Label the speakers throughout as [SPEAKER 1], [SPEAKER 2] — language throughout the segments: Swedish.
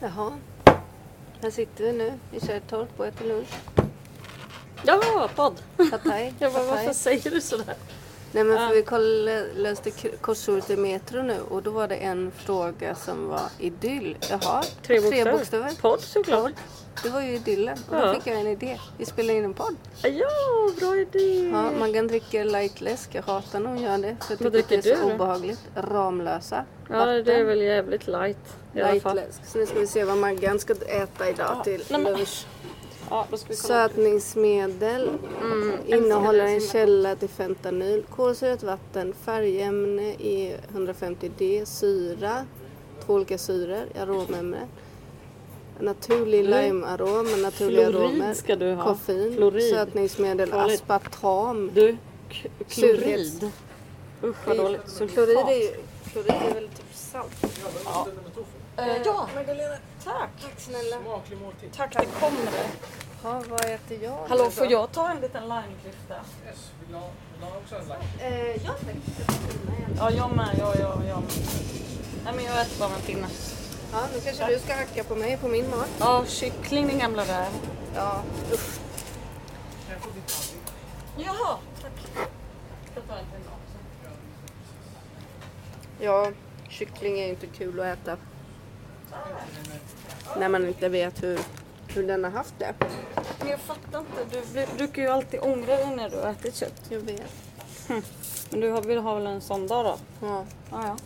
[SPEAKER 1] Jaha. Här sitter vi nu i Kärrtorp och äter lunch.
[SPEAKER 2] Ja, podd.
[SPEAKER 1] Pad thai.
[SPEAKER 2] Jag bara,
[SPEAKER 1] pad thai.
[SPEAKER 2] varför säger du sådär?
[SPEAKER 1] Nej men
[SPEAKER 2] Ja.
[SPEAKER 1] för vi koll- löste k- korsordet i Metro nu och då var det en fråga som var idyll. Jaha,
[SPEAKER 2] Tre bokstäver.
[SPEAKER 1] bokstäver.
[SPEAKER 2] Podd såklart.
[SPEAKER 1] Det var ju idyllen och då
[SPEAKER 2] Ja.
[SPEAKER 1] fick jag en idé. Vi spelar in en podd.
[SPEAKER 2] Ja, bra idé.
[SPEAKER 1] Ja, man kan dricka lightläsk. Jag hatar när hon gör det. För jag
[SPEAKER 2] Mm. Vad
[SPEAKER 1] tycker att det är
[SPEAKER 2] dricker
[SPEAKER 1] så
[SPEAKER 2] du då?
[SPEAKER 1] obehagligt. Ramlösa.
[SPEAKER 2] Ja, det är
[SPEAKER 1] Vatten.
[SPEAKER 2] väl jävligt light i alla fall.
[SPEAKER 1] Lightläsk. Så nu ska vi se vad Maggan ska äta idag till
[SPEAKER 2] nej, men-
[SPEAKER 1] lunch.
[SPEAKER 2] Ja, då ska vi kolla.
[SPEAKER 1] Sötningsmedel mm, innehåller en källa till fentanyl, kolsyrat vatten, färgämne E i 150D, syra, två olika syror, i aromämne, naturlig
[SPEAKER 2] Mm.
[SPEAKER 1] limearom, naturliga aromer,
[SPEAKER 2] Florid ska du ha.
[SPEAKER 1] koffein,
[SPEAKER 2] Florid.
[SPEAKER 1] sötningsmedel,
[SPEAKER 2] Farligt.
[SPEAKER 1] aspartam.
[SPEAKER 2] Du, k- klorid.
[SPEAKER 1] Surhet.
[SPEAKER 2] Usch vad dåligt.
[SPEAKER 1] Klorid är ju klorid är väl typ salt?
[SPEAKER 2] Eh, Ja,
[SPEAKER 1] Magdalena,
[SPEAKER 2] tack.
[SPEAKER 1] tack snälla.
[SPEAKER 2] Tack, det kommer det.
[SPEAKER 1] Ja, vad äter jag nu
[SPEAKER 2] Hallå,
[SPEAKER 1] då?
[SPEAKER 2] får jag ta en liten limeklyfta?
[SPEAKER 1] Eh, jag tack.
[SPEAKER 2] Ja, jag med. Ja, ja, jag med. Nej, men jag äter bara en pinne.
[SPEAKER 1] Ja, nu kanske du ska hacka på mig på min mat.
[SPEAKER 2] Ja, kyckling din gamla räv.
[SPEAKER 1] Ja, usch.
[SPEAKER 2] Jaha, tack. Jag tar en pinne också.
[SPEAKER 1] Ja, kyckling är inte kul att äta. När man inte vet hur, hur den har haft det.
[SPEAKER 2] Men jag fattar inte. Du blir- brukar ju alltid ångra dig när du har ätit kött.
[SPEAKER 1] Jag vet.
[SPEAKER 2] Men du har- vill ha väl en sån dag då?
[SPEAKER 1] Ja,
[SPEAKER 2] Ah, ja.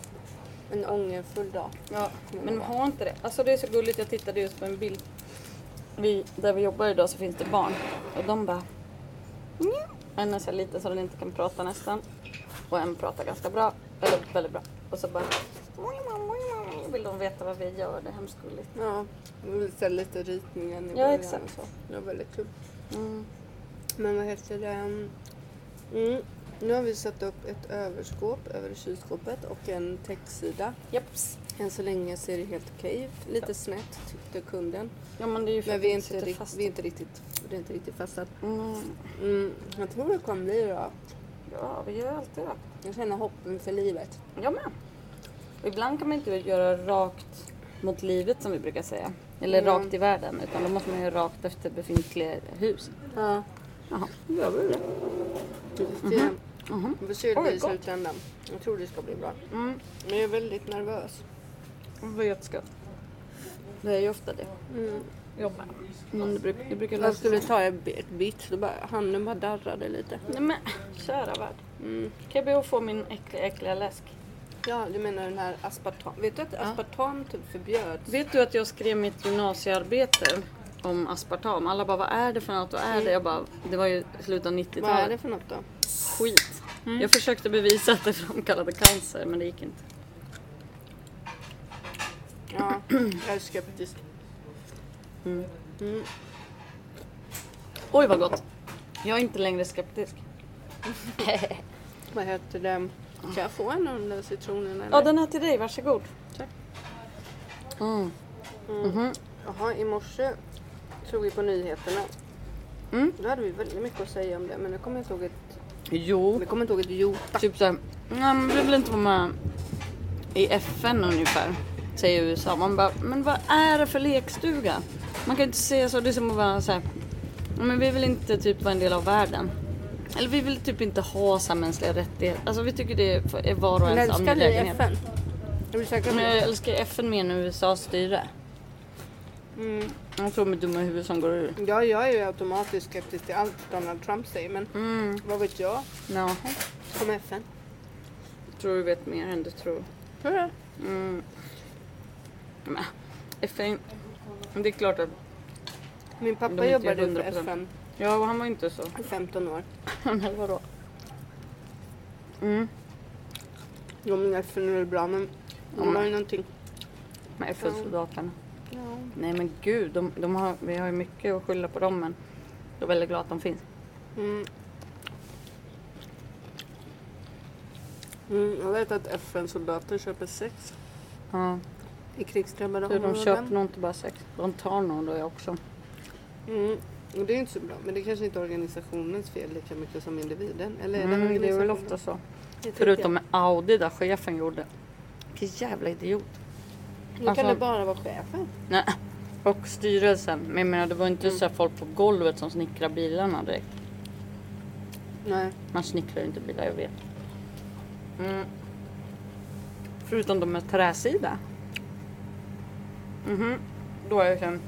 [SPEAKER 1] en ångerfull dag.
[SPEAKER 2] ja. Men ha inte det. Alltså det är så gulligt. Jag tittade just på en bild. Vi, där vi jobbar idag så finns det barn. Och de bara... "Mjau." En är så här liten så den inte kan prata nästan. Och en pratar ganska bra. Eller väldigt bra. Och så bara... "Mjau, mjau, mjau, mjau." Vill de veta vad vi gör? Det är hemskt gulligt.
[SPEAKER 1] Ja, det var lite, lite ritningen i
[SPEAKER 2] Ja,
[SPEAKER 1] början
[SPEAKER 2] exakt.
[SPEAKER 1] och så. Det var väldigt kul.
[SPEAKER 2] Mm.
[SPEAKER 1] Men vad heter det? Mm. Nu har vi satt upp ett överskåp över kylskåpet och en täcksida.
[SPEAKER 2] Japs.
[SPEAKER 1] Än så länge ser det helt okej ut. Lite snett tyckte kunden.
[SPEAKER 2] Ja men det är ju för
[SPEAKER 1] Men
[SPEAKER 2] att
[SPEAKER 1] vi är
[SPEAKER 2] den
[SPEAKER 1] inte,
[SPEAKER 2] sitter
[SPEAKER 1] rikt,
[SPEAKER 2] fast.
[SPEAKER 1] vi är inte riktigt, det är inte riktigt fastsatt.
[SPEAKER 2] Mm.
[SPEAKER 1] Mm, jag tror det kommer bli bra.
[SPEAKER 2] Ja, vi gör alltid det.
[SPEAKER 1] Jag känner hopp inför livet.
[SPEAKER 2] Jag med. Och Ibland kan man inte göra rakt mot livet som vi brukar säga. Eller
[SPEAKER 1] Mm.
[SPEAKER 2] rakt i världen. Utan då måste man göra rakt efter befintliga hus.
[SPEAKER 1] Ja,
[SPEAKER 2] Jaha, då gör vi det.
[SPEAKER 1] vi får se.
[SPEAKER 2] Mhm.
[SPEAKER 1] Vi får se hur
[SPEAKER 2] Oj,
[SPEAKER 1] det blir i
[SPEAKER 2] gott.
[SPEAKER 1] slutändan. Jag tror det ska bli bra.
[SPEAKER 2] Mm.
[SPEAKER 1] Men jag är väldigt nervös.
[SPEAKER 2] Vetskap. Det är ju ofta det.
[SPEAKER 1] Mm.
[SPEAKER 2] Jag med. Men det brukar, det brukar
[SPEAKER 1] Jag
[SPEAKER 2] lösa sig.
[SPEAKER 1] skulle ta ett bi- ett bit, då bara, handen bara darrade lite.
[SPEAKER 2] Nej men, kära värld.
[SPEAKER 1] Mm.
[SPEAKER 2] Kan jag be att få min äckliga, äckliga läsk?
[SPEAKER 1] Ja, du menar den här aspartam. Vet du att aspartam typ förbjöds?
[SPEAKER 2] Vet du att jag skrev mitt gymnasiearbete om aspartam? Alla bara, vad är det för något? Vad är det? Jag bara, det var ju slutet av 90-talet.
[SPEAKER 1] Vad är det för något då?
[SPEAKER 2] skit. Jag försökte bevisa att det framkallade cancer men det gick inte.
[SPEAKER 1] Ja, jag är skeptisk.
[SPEAKER 2] Oj vad gott. Jag är inte längre skeptisk.
[SPEAKER 1] Vad heter det? Kan jag få en av de där citronerna?
[SPEAKER 2] Ja
[SPEAKER 1] Eller?
[SPEAKER 2] den här till dig, varsågod.
[SPEAKER 1] Tack.
[SPEAKER 2] Mm. Mhm.
[SPEAKER 1] Jaha, i morse såg vi på nyheterna.
[SPEAKER 2] Mm.
[SPEAKER 1] Då hade vi väldigt mycket att säga om det, men nu kommer jag inte ihåg ett...
[SPEAKER 2] Jo.
[SPEAKER 1] Jag kommer inte ihåg ett jota.
[SPEAKER 2] Typ såhär, nej men vi vill inte vara med i FN ungefär. Säger USA. Man bara, men vad är det för lekstuga? Man kan ju inte säga så, det är som att vara såhär, men vi vill inte typ vara en del av världen. Eller vi vill typ inte ha så här mänskliga rättigheter. Alltså vi tycker det är- är var och
[SPEAKER 1] Men
[SPEAKER 2] ens
[SPEAKER 1] älskar ni
[SPEAKER 2] angelägenhet.
[SPEAKER 1] FN? Är du säker på
[SPEAKER 2] Men jag
[SPEAKER 1] det?
[SPEAKER 2] älskar FN mer än USAs styre.
[SPEAKER 1] Mm.
[SPEAKER 2] Jag tror med dumma huvud som går ur.
[SPEAKER 1] Ja, jag är ju automatiskt skeptisk till allt Donald Trump säger, men
[SPEAKER 2] Mm,
[SPEAKER 1] vad vet jag
[SPEAKER 2] jaha.
[SPEAKER 1] om FN?
[SPEAKER 2] Tror du vet mer än du tror.
[SPEAKER 1] Tror du?
[SPEAKER 2] Mm. Men, FN... Det är klart att...
[SPEAKER 1] Min
[SPEAKER 2] De
[SPEAKER 1] pappa
[SPEAKER 2] är inte
[SPEAKER 1] jobbade ju för
[SPEAKER 2] 100%.
[SPEAKER 1] FN
[SPEAKER 2] Ja, och han var inte så.
[SPEAKER 1] i 15 år.
[SPEAKER 2] Men vadå? Mm.
[SPEAKER 1] Jo, men FN är väl bra, men de
[SPEAKER 2] Mm.
[SPEAKER 1] har ju någonting.
[SPEAKER 2] Med FN-soldaterna.
[SPEAKER 1] Ja.
[SPEAKER 2] Nej men gud, de, de har, vi har ju mycket att skylla på dem men jag är väldigt glad att de finns.
[SPEAKER 1] Mm. Mm, jag vet att FN-soldater köper sex
[SPEAKER 2] Ja.
[SPEAKER 1] i krigsdrabbade
[SPEAKER 2] Du, de
[SPEAKER 1] områden.
[SPEAKER 2] köper nog inte bara sex. De tar nog då jag också.
[SPEAKER 1] Mm. Och det är ju inte så bra, men det är kanske inte är organisationens fel lika mycket som individen. Eller är det
[SPEAKER 2] Mm, det är väl
[SPEAKER 1] organisationen?
[SPEAKER 2] ofta så.
[SPEAKER 1] Jag tycker-
[SPEAKER 2] Förutom med Audi där chefen gjorde. Vilken jävla idiot.
[SPEAKER 1] Nu
[SPEAKER 2] Alltså-
[SPEAKER 1] kan det bara vara chefen.
[SPEAKER 2] Nej. Och styrelsen. Men jag menar, det var inte så här folk på golvet som snickrade bilarna direkt.
[SPEAKER 1] Nej.
[SPEAKER 2] Man snickrar ju inte bilar, jag vet. Mm. Förutom de med träsida. Mhm. Då är jag sen...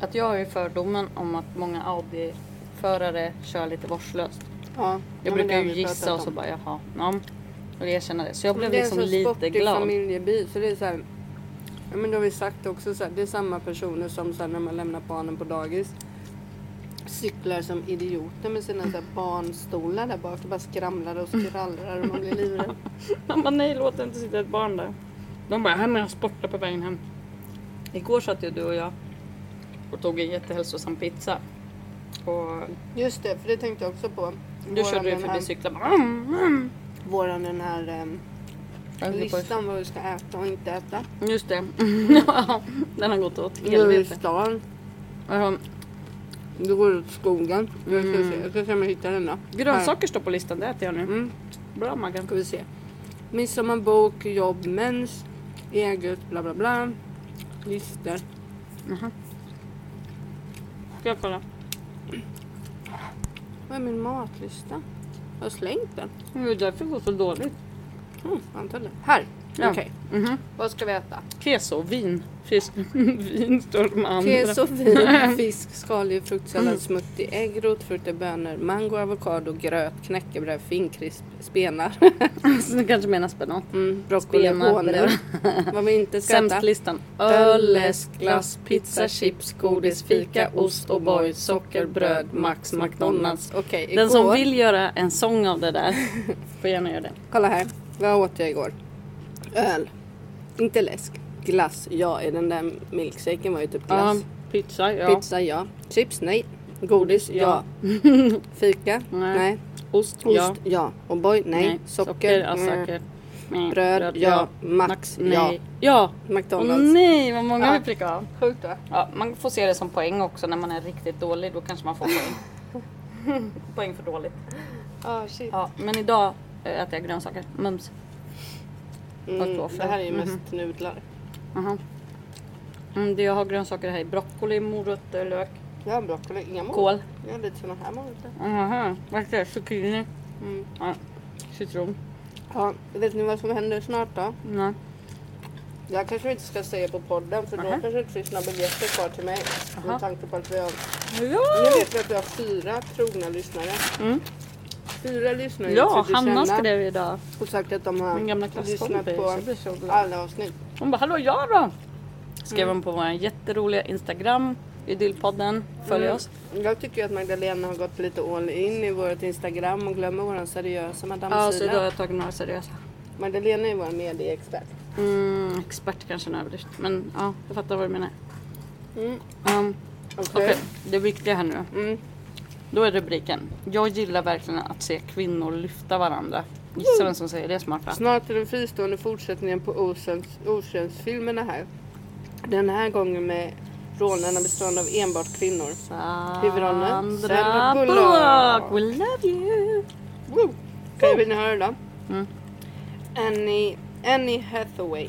[SPEAKER 2] Att jag har ju fördomen om att många Audi-förare kör lite vårdslöst.
[SPEAKER 1] Ja.
[SPEAKER 2] Jag brukar ju gissa och så bara jaha. Ja, och erkänna det. Så jag blev liksom lite glad.
[SPEAKER 1] familjebil. För det är så här, ja, men det har vi sagt också, så här, det är samma personer som så här, när man lämnar barnen på dagis cyklar som idioter med sina så här, barnstolar där bak. Det bara skramlar och skvallrar och man blir livrädd.
[SPEAKER 2] Man bara nej låt det inte sitta ett barn där. De bara här med jag sportar på vägen hem. Igår satt ju du och jag och tog en jättehälsosam pizza. Och
[SPEAKER 1] Just det, för det tänkte jag också på.
[SPEAKER 2] du körde ju
[SPEAKER 1] den
[SPEAKER 2] förbi
[SPEAKER 1] här,
[SPEAKER 2] cyklar bara mm, mm.
[SPEAKER 1] våran den här ehm,
[SPEAKER 2] Jag höll på- Mm.
[SPEAKER 1] listan vad vi ska äta och inte äta.
[SPEAKER 2] Just det. Ja, Den har gått åt
[SPEAKER 1] Nu är vi i
[SPEAKER 2] helvete.
[SPEAKER 1] stan.
[SPEAKER 2] Alltså,
[SPEAKER 1] Det går ut skogen. Jag ska
[SPEAKER 2] Mm.
[SPEAKER 1] se, jag ska se om jag hittar den då.
[SPEAKER 2] Grönsaker står på listan, det äter jag nu.
[SPEAKER 1] Mm.
[SPEAKER 2] Bra Maggan.
[SPEAKER 1] ska vi se. Midsommarbok, jobb, mens, eget, bla bla bla. Lister.
[SPEAKER 2] Ska jag kolla?
[SPEAKER 1] Vad är min matlista? Jag har slängt den.
[SPEAKER 2] Mm, Det är därför det går så dåligt.
[SPEAKER 1] Mm, antagligen. Här!
[SPEAKER 2] Ja.
[SPEAKER 1] Okej.
[SPEAKER 2] Mhm.
[SPEAKER 1] Vad ska vi äta?
[SPEAKER 2] Keso, vin. Fisk. vin står de andra.
[SPEAKER 1] Keso, vin, fisk, skaldjur, fruktsallad, smoothie, ägg, rotfrukter, bönor, mango, avokado, gröt, knäckebröd, finkrisp, spenar,
[SPEAKER 2] Så du kanske menar spenat.
[SPEAKER 1] mm, broccoli,
[SPEAKER 2] Spenar,
[SPEAKER 1] honor. Vad vi inte ska äta.
[SPEAKER 2] Sämstlistan.
[SPEAKER 1] Öl, läsk, glass, pizza, chips, godis, fika, ost, O'boy, socker, bröd, Max, McDonalds. Okej, igår...
[SPEAKER 2] Den som vill göra en sång av det där får gärna göra det.
[SPEAKER 1] Kolla här, vad åt jag igår? Öl. Inte läsk. Glass, ja. I den där milkshaken var ju typ glass.
[SPEAKER 2] pizza, ja.
[SPEAKER 1] Pizza, ja. Chips, nej. Godis, ja. Fika,
[SPEAKER 2] Nej.
[SPEAKER 1] nej.
[SPEAKER 2] Ost,
[SPEAKER 1] Ost,
[SPEAKER 2] ja.
[SPEAKER 1] ja. O'boy, nej. Socker,
[SPEAKER 2] ja,
[SPEAKER 1] mm.
[SPEAKER 2] socker. Nej.
[SPEAKER 1] Bröd, ja. Max,
[SPEAKER 2] nej.
[SPEAKER 1] ja.
[SPEAKER 2] Ja! Åh
[SPEAKER 1] McDonalds.
[SPEAKER 2] nej, vad många
[SPEAKER 1] Ja.
[SPEAKER 2] vi prickade av.
[SPEAKER 1] Sjukt va?
[SPEAKER 2] Ja, man får se det som poäng också när man är riktigt dålig. Då kanske man får poäng. poäng för dåligt.
[SPEAKER 1] Ah, shit.
[SPEAKER 2] Ja, men idag eh, äter jag grönsaker. Mums. vad
[SPEAKER 1] Mm,
[SPEAKER 2] då för-
[SPEAKER 1] det här är ju mest nudlar.
[SPEAKER 2] Aha. Mm, det jag har grönsaker här i broccoli, morötter, lök,
[SPEAKER 1] Jag har broccoli, inga morötter.
[SPEAKER 2] kål.
[SPEAKER 1] Jag har lite såna här morötter.
[SPEAKER 2] Aha, vad heter det? Zucchini?
[SPEAKER 1] Mm.
[SPEAKER 2] Ja. Citron?
[SPEAKER 1] Ja, vet ni vad som händer snart då?
[SPEAKER 2] Nej.
[SPEAKER 1] Det här kanske vi inte ska säga på podden för då
[SPEAKER 2] Nähä.
[SPEAKER 1] kanske det inte finns några biljetter kvar till mig.
[SPEAKER 2] Aha.
[SPEAKER 1] Med tanke på att vi har Nu
[SPEAKER 2] Ja!
[SPEAKER 1] vet vi att vi har fyra trogna lyssnare.
[SPEAKER 2] Mm.
[SPEAKER 1] Fyra lyssnare
[SPEAKER 2] Ja,
[SPEAKER 1] som
[SPEAKER 2] Hanna
[SPEAKER 1] känner
[SPEAKER 2] skrev idag.
[SPEAKER 1] och sagt att de har
[SPEAKER 2] Min gamla
[SPEAKER 1] lyssnat
[SPEAKER 2] klasskompis.
[SPEAKER 1] på
[SPEAKER 2] Jag blir så glad.
[SPEAKER 1] alla avsnitt.
[SPEAKER 2] Hon bara, hallå jag då? Skrev hon på vår jätteroliga Instagram, Idyllpodden. Följ
[SPEAKER 1] Mm.
[SPEAKER 2] oss.
[SPEAKER 1] Jag tycker ju att Magdalena har gått lite all in i vårt Instagram och glömmer vår seriösa
[SPEAKER 2] Ja, så
[SPEAKER 1] madamsida.
[SPEAKER 2] idag har jag tagit några seriösa.
[SPEAKER 1] Magdalena är vår medieexpert.
[SPEAKER 2] Mm, expert kanske är en överdrift, men ja, jag fattar vad du menar.
[SPEAKER 1] Mm.
[SPEAKER 2] Um, Okej,
[SPEAKER 1] Okej.
[SPEAKER 2] det viktiga här nu.
[SPEAKER 1] Mm.
[SPEAKER 2] Då är rubriken. Jag gillar verkligen att se kvinnor lyfta varandra. Gissa vem som säger det smarta?
[SPEAKER 1] Snart är den fristående fortsättningen på Oceans- Oceans-filmerna här. Den här gången med rånarna bestående av enbart kvinnor. Huvudrollen,
[SPEAKER 2] Sandra
[SPEAKER 1] Sandra
[SPEAKER 2] Bullock.
[SPEAKER 1] Bullock.
[SPEAKER 2] We love you.
[SPEAKER 1] Woo! Okej, vill ni höra då?
[SPEAKER 2] Mm.
[SPEAKER 1] Annie, Annie Hathaway,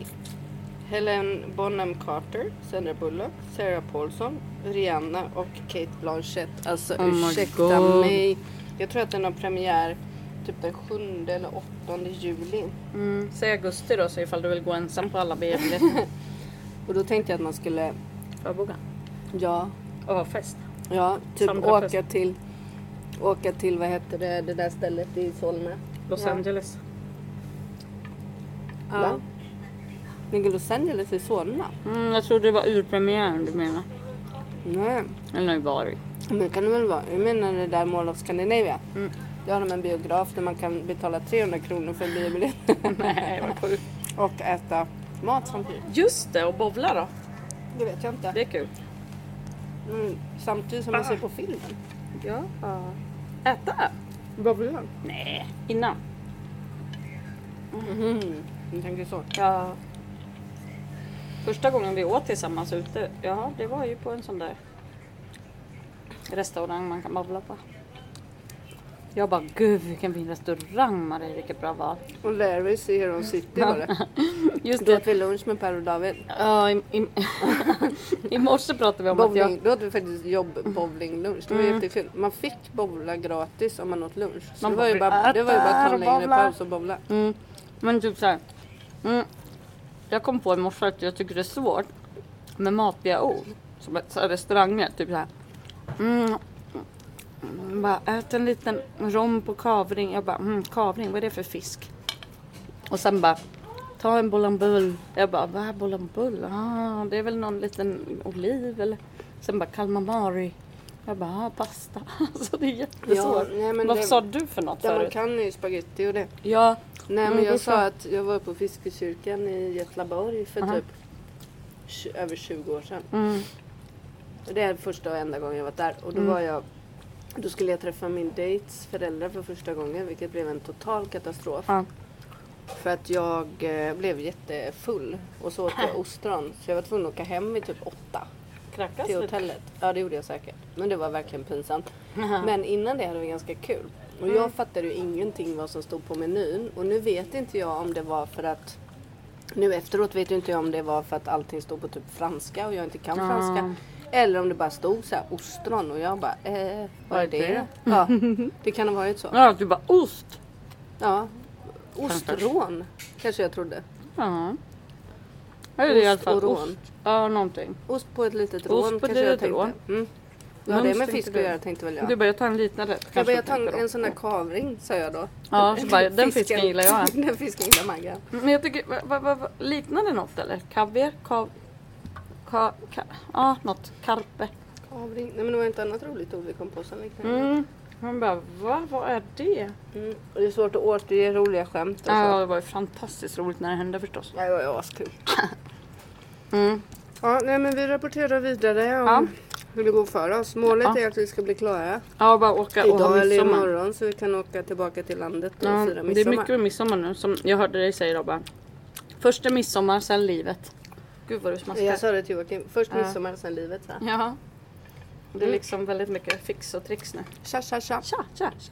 [SPEAKER 1] Helen Bonham Carter, Sandra Bullock, Sarah Paulson, Rihanna och Kate Blanchett. Alltså
[SPEAKER 2] Oh my
[SPEAKER 1] ursäkta
[SPEAKER 2] God.
[SPEAKER 1] mig. Jag tror att den har premiär typ den 7 eller 8 juli.
[SPEAKER 2] Mm, säg augusti då så ifall du vill gå ensam på alla biobiljetter.
[SPEAKER 1] Och då tänkte jag att man skulle,
[SPEAKER 2] Förboka.
[SPEAKER 1] ja,
[SPEAKER 2] Och ha fest.
[SPEAKER 1] ja typ
[SPEAKER 2] Samla
[SPEAKER 1] åka
[SPEAKER 2] fest.
[SPEAKER 1] till, åka till vad heter det, det där stället i Solna.
[SPEAKER 2] Los
[SPEAKER 1] Ja.
[SPEAKER 2] Angeles.
[SPEAKER 1] Va? Ligger Los Angeles i Solna?
[SPEAKER 2] Mm, jag trodde det var urpremiären du menar.
[SPEAKER 1] Nej.
[SPEAKER 2] Eller har ju varit.
[SPEAKER 1] Men det kan det väl vara. Jag menar det där Mall of Scandinavia.
[SPEAKER 2] Mm.
[SPEAKER 1] Där har de en biograf där man kan betala 300 kronor för en biobiljett
[SPEAKER 2] Nej vad sjukt.
[SPEAKER 1] och äta mat samtidigt.
[SPEAKER 2] Just det och bowla då.
[SPEAKER 1] Det vet jag inte.
[SPEAKER 2] Det är kul.
[SPEAKER 1] Mm, samtidigt som man ser på filmen.
[SPEAKER 2] Ja. Äta?
[SPEAKER 1] Vad blir det?
[SPEAKER 2] Nej. Innan?
[SPEAKER 1] Mhm, jag tänker så.
[SPEAKER 2] Ja. Första gången vi åt tillsammans ute, ja det var ju på en sån där restaurang man kan bowla på. Jag bara, gud vilken fin restaurang Marie, vilket bra val.
[SPEAKER 1] Och Larrys i Heron City var det.
[SPEAKER 2] Just
[SPEAKER 1] Då
[SPEAKER 2] det,
[SPEAKER 1] åt vi lunch med Per och David.
[SPEAKER 2] ja, i, i, i morse pratade vi om att jag,
[SPEAKER 1] Bowling, då hade vi faktiskt jobb-bowlinglunch. Det var
[SPEAKER 2] Mm.
[SPEAKER 1] jättekul. Man fick bowla gratis om man åt lunch. Så
[SPEAKER 2] Man
[SPEAKER 1] det, var ju
[SPEAKER 2] bara
[SPEAKER 1] bara, det var ju bara att ta en
[SPEAKER 2] äter och
[SPEAKER 1] längre
[SPEAKER 2] bowla.
[SPEAKER 1] paus och bowla.
[SPEAKER 2] Mm. Men typ så här. Mm. Jag kom på i morse att jag tycker det är svårt med matiga ord. Som ett, så här, restauranger. Typ så här. Mm. Mm, Bara, ät en liten rom på kavring. Jag bara, mm, kavring, vad är det för fisk? Och sen bara, ta en bolambull. Jag bara, vad är bolambull? Ah, det är väl någon liten oliv eller? Sen bara, calamari. Jag bara, ah, pasta. Alltså det är jättesvårt.
[SPEAKER 1] nej, men
[SPEAKER 2] Vad
[SPEAKER 1] det-
[SPEAKER 2] sa du för något
[SPEAKER 1] Det man
[SPEAKER 2] förut?
[SPEAKER 1] kan är ju spagetti och det.
[SPEAKER 2] Ja,
[SPEAKER 1] Nej
[SPEAKER 2] Mm,
[SPEAKER 1] men
[SPEAKER 2] det är
[SPEAKER 1] jag
[SPEAKER 2] så.
[SPEAKER 1] sa att jag var på Fiskekyrkan i Getlaborg för
[SPEAKER 2] Aha.
[SPEAKER 1] typ tj- över 20 år sedan.
[SPEAKER 2] mm,
[SPEAKER 1] Och Det är första och enda gången jag varit där. Och då
[SPEAKER 2] Mm.
[SPEAKER 1] var jag då skulle jag träffa min dejts föräldrar för första gången vilket blev en total katastrof.
[SPEAKER 2] ja.
[SPEAKER 1] För att jag eh, blev jättefull och så åt jag ostron. Så jag var tvungen att åka hem vid typ åtta
[SPEAKER 2] Krackas
[SPEAKER 1] till hotellet. Ja det gjorde jag säkert. Men det var verkligen pinsamt.
[SPEAKER 2] Men,
[SPEAKER 1] Men innan det hade vi ganska kul. Och jag fattade ju ingenting vad som stod på menyn. Och nu vet inte jag om det var för att... Nu efteråt vet ju inte jag om det var för att allting stod på typ franska och jag inte kan
[SPEAKER 2] Ah.
[SPEAKER 1] franska. Eller om det bara stod så här ostron och jag bara eh, vad är det? Ja, det kan ha varit så.
[SPEAKER 2] ja, du bara ost.
[SPEAKER 1] Ja. Ostron kanske jag trodde.
[SPEAKER 2] Ja. Eller i alla
[SPEAKER 1] Ost
[SPEAKER 2] fall
[SPEAKER 1] och rån.
[SPEAKER 2] ost. Ja, någonting.
[SPEAKER 1] Ost på ett litet
[SPEAKER 2] Ost
[SPEAKER 1] rån
[SPEAKER 2] på ett
[SPEAKER 1] kanske jag
[SPEAKER 2] litet
[SPEAKER 1] tänkte.
[SPEAKER 2] rån.
[SPEAKER 1] Mm. Ja, det
[SPEAKER 2] Mums
[SPEAKER 1] är med
[SPEAKER 2] tänkte
[SPEAKER 1] fisk
[SPEAKER 2] du.
[SPEAKER 1] att göra tänkte väl jag.
[SPEAKER 2] Du bara, jag tar en liten rätt.
[SPEAKER 1] Jag
[SPEAKER 2] kanske
[SPEAKER 1] bara, jag
[SPEAKER 2] du tänker
[SPEAKER 1] tar
[SPEAKER 2] då.
[SPEAKER 1] en sån här kavring sa jag då.
[SPEAKER 2] Ja, så bara, den fisken gillar jag.
[SPEAKER 1] den fisken gillar Maggan.
[SPEAKER 2] Men jag tycker, va, va, va, va- liknar det något eller? Kaviar? Kav... Ka, ka, ja, något. Karpe.
[SPEAKER 1] Kavring. Nej men det var inte annat roligt ord vi kom på som liknande. Mm.
[SPEAKER 2] Mm. Man bara, va? Vad är det?
[SPEAKER 1] Och det är svårt att återge roliga skämt och så.
[SPEAKER 2] Ja, det var ju fantastiskt roligt när det hände förstås.
[SPEAKER 1] Nej, Det var ju askul.
[SPEAKER 2] Mm.
[SPEAKER 1] Ja, nej men vi rapporterar vidare om
[SPEAKER 2] Ja.
[SPEAKER 1] hur det går för oss. Målet
[SPEAKER 2] Ja.
[SPEAKER 1] är att vi ska bli klara
[SPEAKER 2] Ja, bara åka och ha
[SPEAKER 1] idag eller
[SPEAKER 2] midsommar.
[SPEAKER 1] imorgon så vi kan åka tillbaka till landet och fira
[SPEAKER 2] Ja,
[SPEAKER 1] midsommar.
[SPEAKER 2] det är mycket med midsommar nu som jag hörde dig säga Robban. Först är midsommar, sen livet. Gud vad du smaskar.
[SPEAKER 1] Jag sa det till Joakim. Först
[SPEAKER 2] Ja.
[SPEAKER 1] midsommar, sen livet. Så här.
[SPEAKER 2] Ja. Det är
[SPEAKER 1] Mm.
[SPEAKER 2] liksom väldigt mycket fix och tricks nu.
[SPEAKER 1] Tja, tja, tja.
[SPEAKER 2] Tja, tja, tja.